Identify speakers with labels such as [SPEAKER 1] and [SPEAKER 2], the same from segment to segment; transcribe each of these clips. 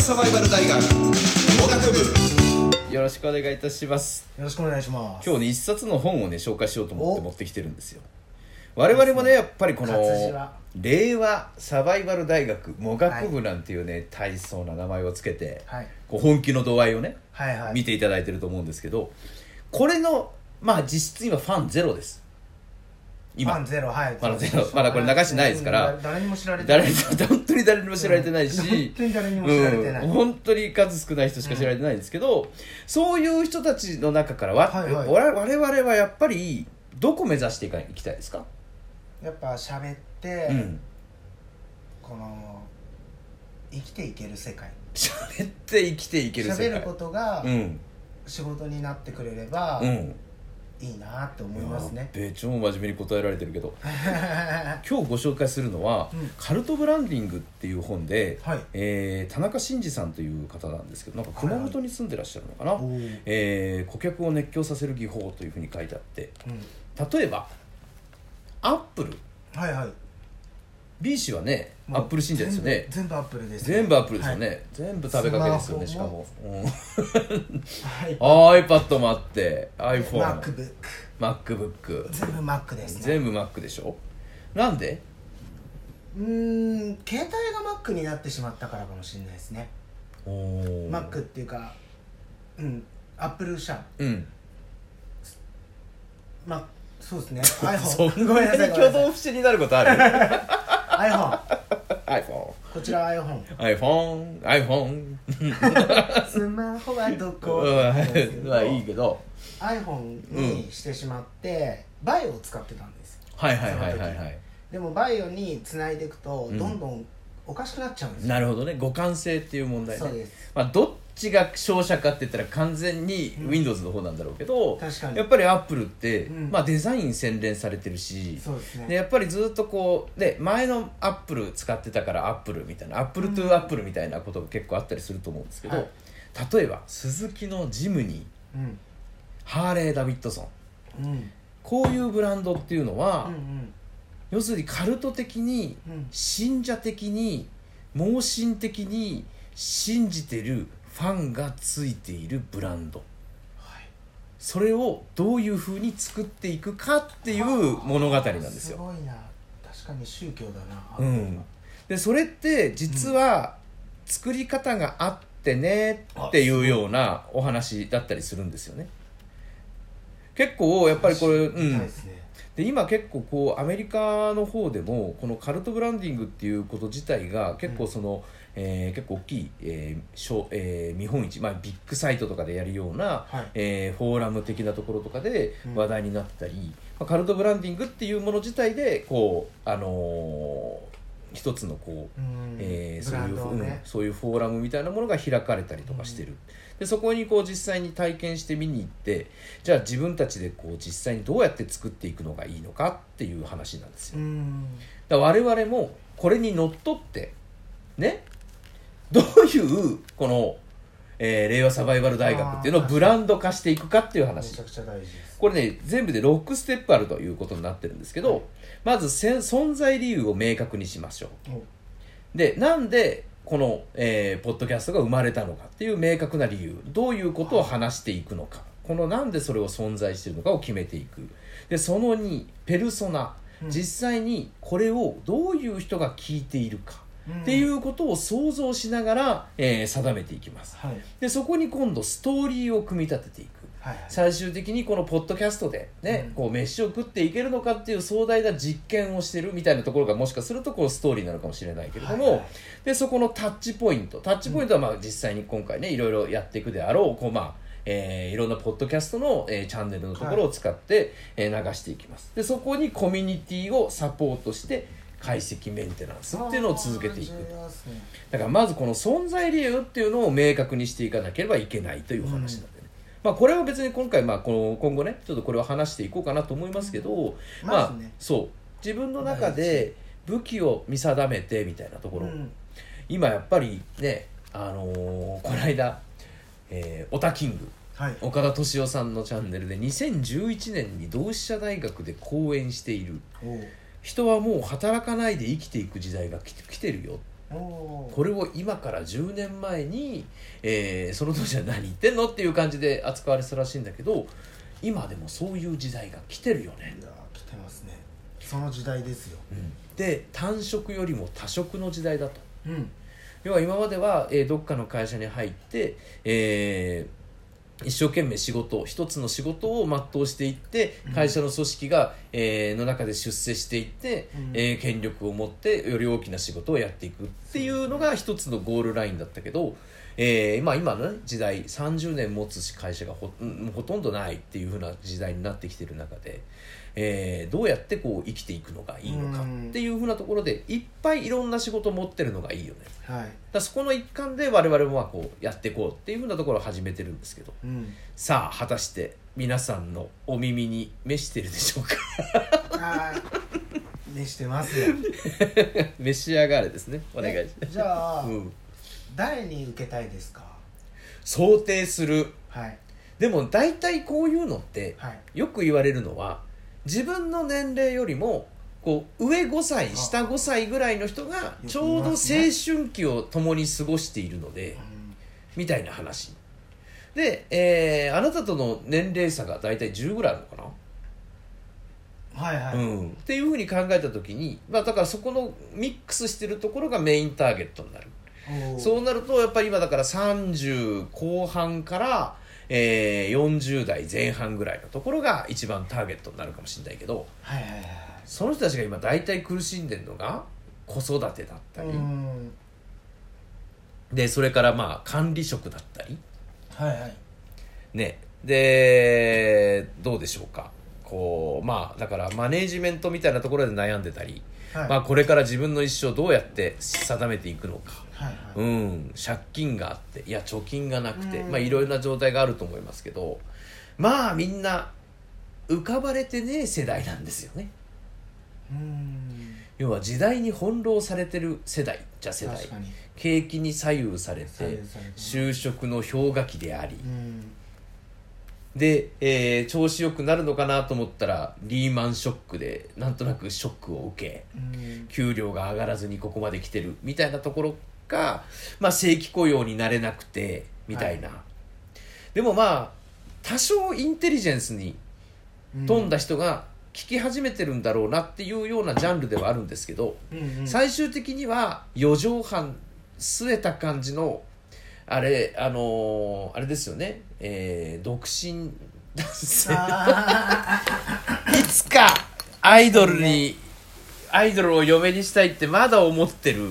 [SPEAKER 1] サバイバル大学農学部
[SPEAKER 2] よろしくお願いいたします
[SPEAKER 3] よろしくお願いします。
[SPEAKER 2] 今日ね一冊の本をね紹介しようと思って
[SPEAKER 3] お
[SPEAKER 2] 持ってきてるんですよ我々もねやっぱりこの
[SPEAKER 3] 活字は
[SPEAKER 2] 令和サバイバル大学語学部なんていうね、大層な名前をつけて、
[SPEAKER 3] はい
[SPEAKER 2] こう本気の度合いをね、
[SPEAKER 3] はいはい。
[SPEAKER 2] 見ていただいてると思うんですけどこれのまあ実質今ファンゼロです今
[SPEAKER 3] ファンゼロはい。
[SPEAKER 2] ファンゼロまだこれ流してないですから
[SPEAKER 3] うん誰にも知られて
[SPEAKER 2] 誰
[SPEAKER 3] ない
[SPEAKER 2] にも本当に誰にも知られてないし、
[SPEAKER 3] うん本当に誰にも知られてない
[SPEAKER 2] うん本当に数少ない人しか知られてないんですけど、そういう人たちの中からは、
[SPEAKER 3] はいはい
[SPEAKER 2] 我我々はやっぱりどこ目指していかいきたいですか、
[SPEAKER 3] やっぱ喋って、
[SPEAKER 2] うん
[SPEAKER 3] この生きていける世界。
[SPEAKER 2] 喋って生きていける世界
[SPEAKER 3] 喋ることが
[SPEAKER 2] うん
[SPEAKER 3] 仕事になってくれれば
[SPEAKER 2] うん
[SPEAKER 3] いいなって思いますね。
[SPEAKER 2] べ超真面目に答えられてるけど 今日ご紹介するのは、
[SPEAKER 3] うん
[SPEAKER 2] カルトブランディング」っていう本で、
[SPEAKER 3] はい
[SPEAKER 2] えー田中真二さんという方なんですけどなんか熊本に住んでらっしゃるのかな、
[SPEAKER 3] おー
[SPEAKER 2] えー顧客を熱狂させる技法というふうに書いてあって
[SPEAKER 3] うん。
[SPEAKER 2] 例えばアップル
[SPEAKER 3] はいはい。
[SPEAKER 2] B 氏はね
[SPEAKER 3] も
[SPEAKER 2] ア
[SPEAKER 3] う
[SPEAKER 2] ップル信者ですよね
[SPEAKER 3] 全部全部アップルですね。
[SPEAKER 2] 全部アップルですよね、全部食べかけですよねし
[SPEAKER 3] ス
[SPEAKER 2] か
[SPEAKER 3] マ
[SPEAKER 2] も
[SPEAKER 3] ホ、
[SPEAKER 2] うん、
[SPEAKER 3] はい。はい。
[SPEAKER 2] iPad もあって iPhoneMacBook
[SPEAKER 3] MacBook 全部 Mac ですね。
[SPEAKER 2] 全部 Mac でしょなんで
[SPEAKER 3] うーん携帯が Mac になってしまったからかもしれないですね。マックっていうかうんアップル社
[SPEAKER 2] うん
[SPEAKER 3] まあそうですね
[SPEAKER 2] そ
[SPEAKER 3] iPhone
[SPEAKER 2] ん
[SPEAKER 3] ごめんな
[SPEAKER 2] な
[SPEAKER 3] さい
[SPEAKER 2] に
[SPEAKER 3] ご
[SPEAKER 2] 挙
[SPEAKER 3] めんなさい
[SPEAKER 2] 動不審になることある
[SPEAKER 3] iPhone
[SPEAKER 2] iPhone
[SPEAKER 3] こちら iPhone
[SPEAKER 2] iPhone iPhone
[SPEAKER 3] スマホはどこ
[SPEAKER 2] うんまあいいけど
[SPEAKER 3] iPhone にしてしまって、バイオを使ってたんですよ
[SPEAKER 2] はいはいはいはいはい
[SPEAKER 3] でもバイオにつないでいくと、
[SPEAKER 2] ん
[SPEAKER 3] どんどんおかしくなっちゃうんですよ
[SPEAKER 2] なるほどね互換性っていう問題ね
[SPEAKER 3] そうです
[SPEAKER 2] まあ、どっちが勝者かって言ったら完全に Windows の方なんだろうけど、
[SPEAKER 3] 確かに
[SPEAKER 2] やっぱり Apple って、
[SPEAKER 3] うん
[SPEAKER 2] まあ、デザイン洗練されてるし
[SPEAKER 3] そうですね
[SPEAKER 2] でやっぱりずっとこうで前の Apple 使ってたから Apple みたいな Apple to Apple みたいなことが結構あったりすると思うんですけど、
[SPEAKER 3] はい
[SPEAKER 2] 例えば鈴木のジムニー
[SPEAKER 3] うん
[SPEAKER 2] ハーレー・ダビッドソン
[SPEAKER 3] うん
[SPEAKER 2] こういうブランドっていうのは、
[SPEAKER 3] うんうん
[SPEAKER 2] 要するにカルト的に
[SPEAKER 3] うん
[SPEAKER 2] 信者的に盲信的に信じてるファンがついているブランド
[SPEAKER 3] はい
[SPEAKER 2] それをどういうふうに作っていくかっていう物語なんです
[SPEAKER 3] す
[SPEAKER 2] よ。
[SPEAKER 3] ごいな確かに宗教だな、
[SPEAKER 2] うん、でそれって実は作り方があってねっていうようなお話だったりするんですよね。結構やっぱりこれ、う
[SPEAKER 3] 見たい
[SPEAKER 2] ん
[SPEAKER 3] で、すね
[SPEAKER 2] で今結構こうアメリカの方でもこのカルトブランディングっていうこと自体が結構その、えー結構大きい、えー小えー見本市、まあ、ビッグサイトとかでやるような、
[SPEAKER 3] はい
[SPEAKER 2] えーフォーラム的なところとかで
[SPEAKER 3] うん
[SPEAKER 2] 話題になったり、まあ、カルトブランディングっていうもの自体でこう、あのー一つのこう、
[SPEAKER 3] うん
[SPEAKER 2] えーそ
[SPEAKER 3] ブ
[SPEAKER 2] う
[SPEAKER 3] ラ
[SPEAKER 2] い
[SPEAKER 3] ン
[SPEAKER 2] う
[SPEAKER 3] ドを
[SPEAKER 2] ふうん、
[SPEAKER 3] ね
[SPEAKER 2] そういうフォーラムみたいなものが開かれたりとかしてる、でそこにこう実際に体験して見に行ってじゃあ自分たちでこう実際にどうやって作っていくのがいいのかっていう話なんですよ、
[SPEAKER 3] うん
[SPEAKER 2] だから我々もこれにのっとってねどういうこの、えー令和サバイバル大学っていうのをブランド化していくかっていう
[SPEAKER 3] め
[SPEAKER 2] 話
[SPEAKER 3] ちゃくちゃ大事です
[SPEAKER 2] これね全部で6ステップあるということになってるんですけどまずせん存在理由を明確にしましょうでなんでこの、えーポッドキャストが生まれたのかっていう明確な理由どういうことを話していくのかこのなんでそれを存在しているのかを決めていくでその2ペルソナ
[SPEAKER 3] うん、
[SPEAKER 2] 実際にこれをどういう人が聞いているかっていううことを想像しながら、えー定めていきます
[SPEAKER 3] はい
[SPEAKER 2] でそこに今度ストーリーを組み立てていく
[SPEAKER 3] はい
[SPEAKER 2] 最終的にこのポッドキャストでね、
[SPEAKER 3] うん
[SPEAKER 2] こう飯を食っていけるのかっていう壮大な実験をしてるみたいなところがもしかするとこうストーリーなのかもしれないけれども、
[SPEAKER 3] はいはい
[SPEAKER 2] でそこのタッチポイントタッチポイントはまあ実際に今回ねいろいろやっていくであろうこうまあえーいろんなポッドキャストの、えーチャンネルのところを使って、えー流していきますでそこにコミュニティをサポートして解析メンテナンスっていうのを続けていく
[SPEAKER 3] あー重要ですね
[SPEAKER 2] だからまずこの存在理由っていうのを明確にしていかなければいけないという話なんでね、まあこれは別に今回まあこの今後ねちょっとこれを話していこうかなと思いますけど、まあ
[SPEAKER 3] まずね
[SPEAKER 2] そう自分の中で武器を見定めてみたいなとこ
[SPEAKER 3] う
[SPEAKER 2] ろ、
[SPEAKER 3] ん
[SPEAKER 2] 今やっぱりねあのーこの間、えーオタキング
[SPEAKER 3] はい
[SPEAKER 2] 岡田敏夫さんのチャンネルで2011年に同志社大学で講演している
[SPEAKER 3] おう
[SPEAKER 2] 人はもう働かないで生きていく時代が来て来てるよっ
[SPEAKER 3] お
[SPEAKER 2] これを今から10年前に、えーその当時は何言ってんのっていう感じで扱われてたらしいんだけど今でもそういう時代が来てるよね
[SPEAKER 3] い、やー来てますねその時代ですよ
[SPEAKER 2] で単職よりも多職の時代だと
[SPEAKER 3] うん
[SPEAKER 2] 要は今までは、えーどっかの会社に入って、えー一生懸命仕事を一つの仕事を全うしていって
[SPEAKER 3] うん
[SPEAKER 2] 会社の組織が、えーの中で出世していって、
[SPEAKER 3] うん
[SPEAKER 2] えー権力を持ってより大きな仕事をやっていくっていうのが一つのゴールラインだったけど、えーまあ、今の、ね、時代30年持つ会社がほうんほとんどないっていうふうな時代になってきてる中で、えーどうやってこう生きていくのがいいのかっていうふうなところでいっぱいいろんな仕事を持ってるのがいいよね。
[SPEAKER 3] はい
[SPEAKER 2] だからそこの一環で我々もまあこうやっていこうっていうふうなところを始めてるんですけど
[SPEAKER 3] うん
[SPEAKER 2] さあ果たして皆さんのお耳に召してるでしょうか
[SPEAKER 3] あーねしてますよ
[SPEAKER 2] 召し上がれですねお願いし
[SPEAKER 3] えじゃ
[SPEAKER 2] ま
[SPEAKER 3] あ、
[SPEAKER 2] す、 うん、
[SPEAKER 3] 誰に受けたいですか
[SPEAKER 2] 想定する
[SPEAKER 3] はい
[SPEAKER 2] でも大体こういうのって
[SPEAKER 3] はい
[SPEAKER 2] よく言われるのは自分の年齢よりもこう上5歳下5歳ぐらいの人がちょうど青春期を共に過ごしているので、
[SPEAKER 3] うん
[SPEAKER 2] みたいな話で、えーあなたとの年齢差が大体10ぐらいあるのかな
[SPEAKER 3] はいはい、
[SPEAKER 2] うん、っていうふうに考えた時に、まあ、だからそこのミックスしてるところがメインターゲットになる
[SPEAKER 3] おー
[SPEAKER 2] そうなるとやっぱり今だから30後半から、えー40代前半ぐらいのところが一番ターゲットになるかもしれないけど
[SPEAKER 3] はいはいはい
[SPEAKER 2] その人たちが今大体苦しんでるのが子育てだったり、
[SPEAKER 3] うん
[SPEAKER 2] でそれからまあ管理職だったり
[SPEAKER 3] はいはい
[SPEAKER 2] ねでどうでしょうかこうまあだからマネージメントみたいなところで悩んでたり
[SPEAKER 3] はい
[SPEAKER 2] まあ、これから自分の一生どうやって定めていくのか、
[SPEAKER 3] はいはい
[SPEAKER 2] うん、借金があっていや貯金がなくて、
[SPEAKER 3] うん
[SPEAKER 2] まあ、いろいろな状態があると思いますけどまあみんな浮かばれてねえ世代なんですよね
[SPEAKER 3] うん
[SPEAKER 2] 要は時代に翻弄されてる世代じゃ世代
[SPEAKER 3] 確かに
[SPEAKER 2] 景気に左右され
[SPEAKER 3] 左
[SPEAKER 2] て
[SPEAKER 3] 右されてます
[SPEAKER 2] 就職の氷河期であり
[SPEAKER 3] うん
[SPEAKER 2] で、えー調子よくなるのかなと思ったらリーマンショックでなんとなくショックを受け
[SPEAKER 3] うん
[SPEAKER 2] 給料が上がらずにここまで来てるみたいなところが、まあ、正規雇用になれなくてみたいな、でもまあ多少インテリジェンスに
[SPEAKER 3] うん
[SPEAKER 2] 富んだ人が聞き始めてるんだろうなっていうようなジャンルではあるんですけど、
[SPEAKER 3] うんうん
[SPEAKER 2] 最終的には四畳半据えた感じのあれあのーあれですよね、えー独身男性
[SPEAKER 3] あ
[SPEAKER 2] いつかアイドルに、アイドルを嫁にしたいってまだ思ってる。
[SPEAKER 3] ーうんう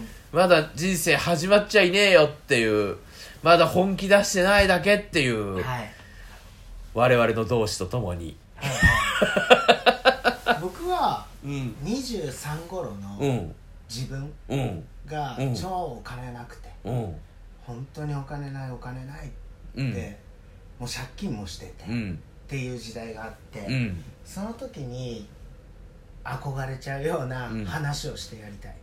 [SPEAKER 3] ん
[SPEAKER 2] まだ人生始まっちゃいねえよっていう、まだ本気出してないだけっていう、
[SPEAKER 3] はい
[SPEAKER 2] 我々の同志と共に。
[SPEAKER 3] 僕は
[SPEAKER 2] うん。
[SPEAKER 3] 23頃
[SPEAKER 2] う
[SPEAKER 3] の
[SPEAKER 2] ん。
[SPEAKER 3] 自分
[SPEAKER 2] うん。
[SPEAKER 3] が
[SPEAKER 2] うん
[SPEAKER 3] 超お金なくて
[SPEAKER 2] うん。
[SPEAKER 3] 本当にお金ないお金ないって
[SPEAKER 2] うん。
[SPEAKER 3] もう借金もしてて
[SPEAKER 2] う
[SPEAKER 3] っ
[SPEAKER 2] ん。
[SPEAKER 3] ていう時代があって
[SPEAKER 2] うん。
[SPEAKER 3] その時に憧れちゃうような
[SPEAKER 2] うん
[SPEAKER 3] 話をしてやりたい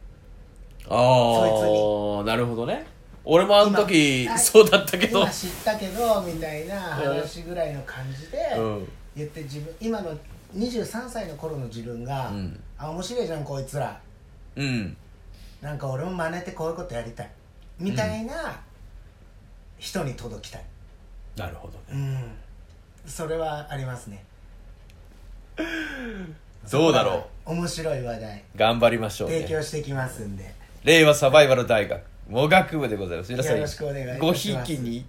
[SPEAKER 2] ああ、なるほどね。俺もあの時
[SPEAKER 3] 今、
[SPEAKER 2] そうだったけど
[SPEAKER 3] 今。知ったけどみたいな話ぐらいの感じで
[SPEAKER 2] うん。
[SPEAKER 3] 言って自分今の23歳の頃の自分が
[SPEAKER 2] うん
[SPEAKER 3] あ面白いじゃんこいつら
[SPEAKER 2] うん。
[SPEAKER 3] なんか俺も真似てこういうことやりたいみたいな人に届きたい
[SPEAKER 2] なるほど
[SPEAKER 3] う
[SPEAKER 2] ね。
[SPEAKER 3] んそれはありますね
[SPEAKER 2] どうだろ
[SPEAKER 3] 面白い話題
[SPEAKER 2] う。頑張りましょう
[SPEAKER 3] 提
[SPEAKER 2] ね。
[SPEAKER 3] 供してきますんで
[SPEAKER 2] 令和サバイバル大学、語学部でございます。皆さん、
[SPEAKER 3] よろしくお願いいたし
[SPEAKER 2] ご
[SPEAKER 3] ま
[SPEAKER 2] ひ
[SPEAKER 3] す
[SPEAKER 2] いきに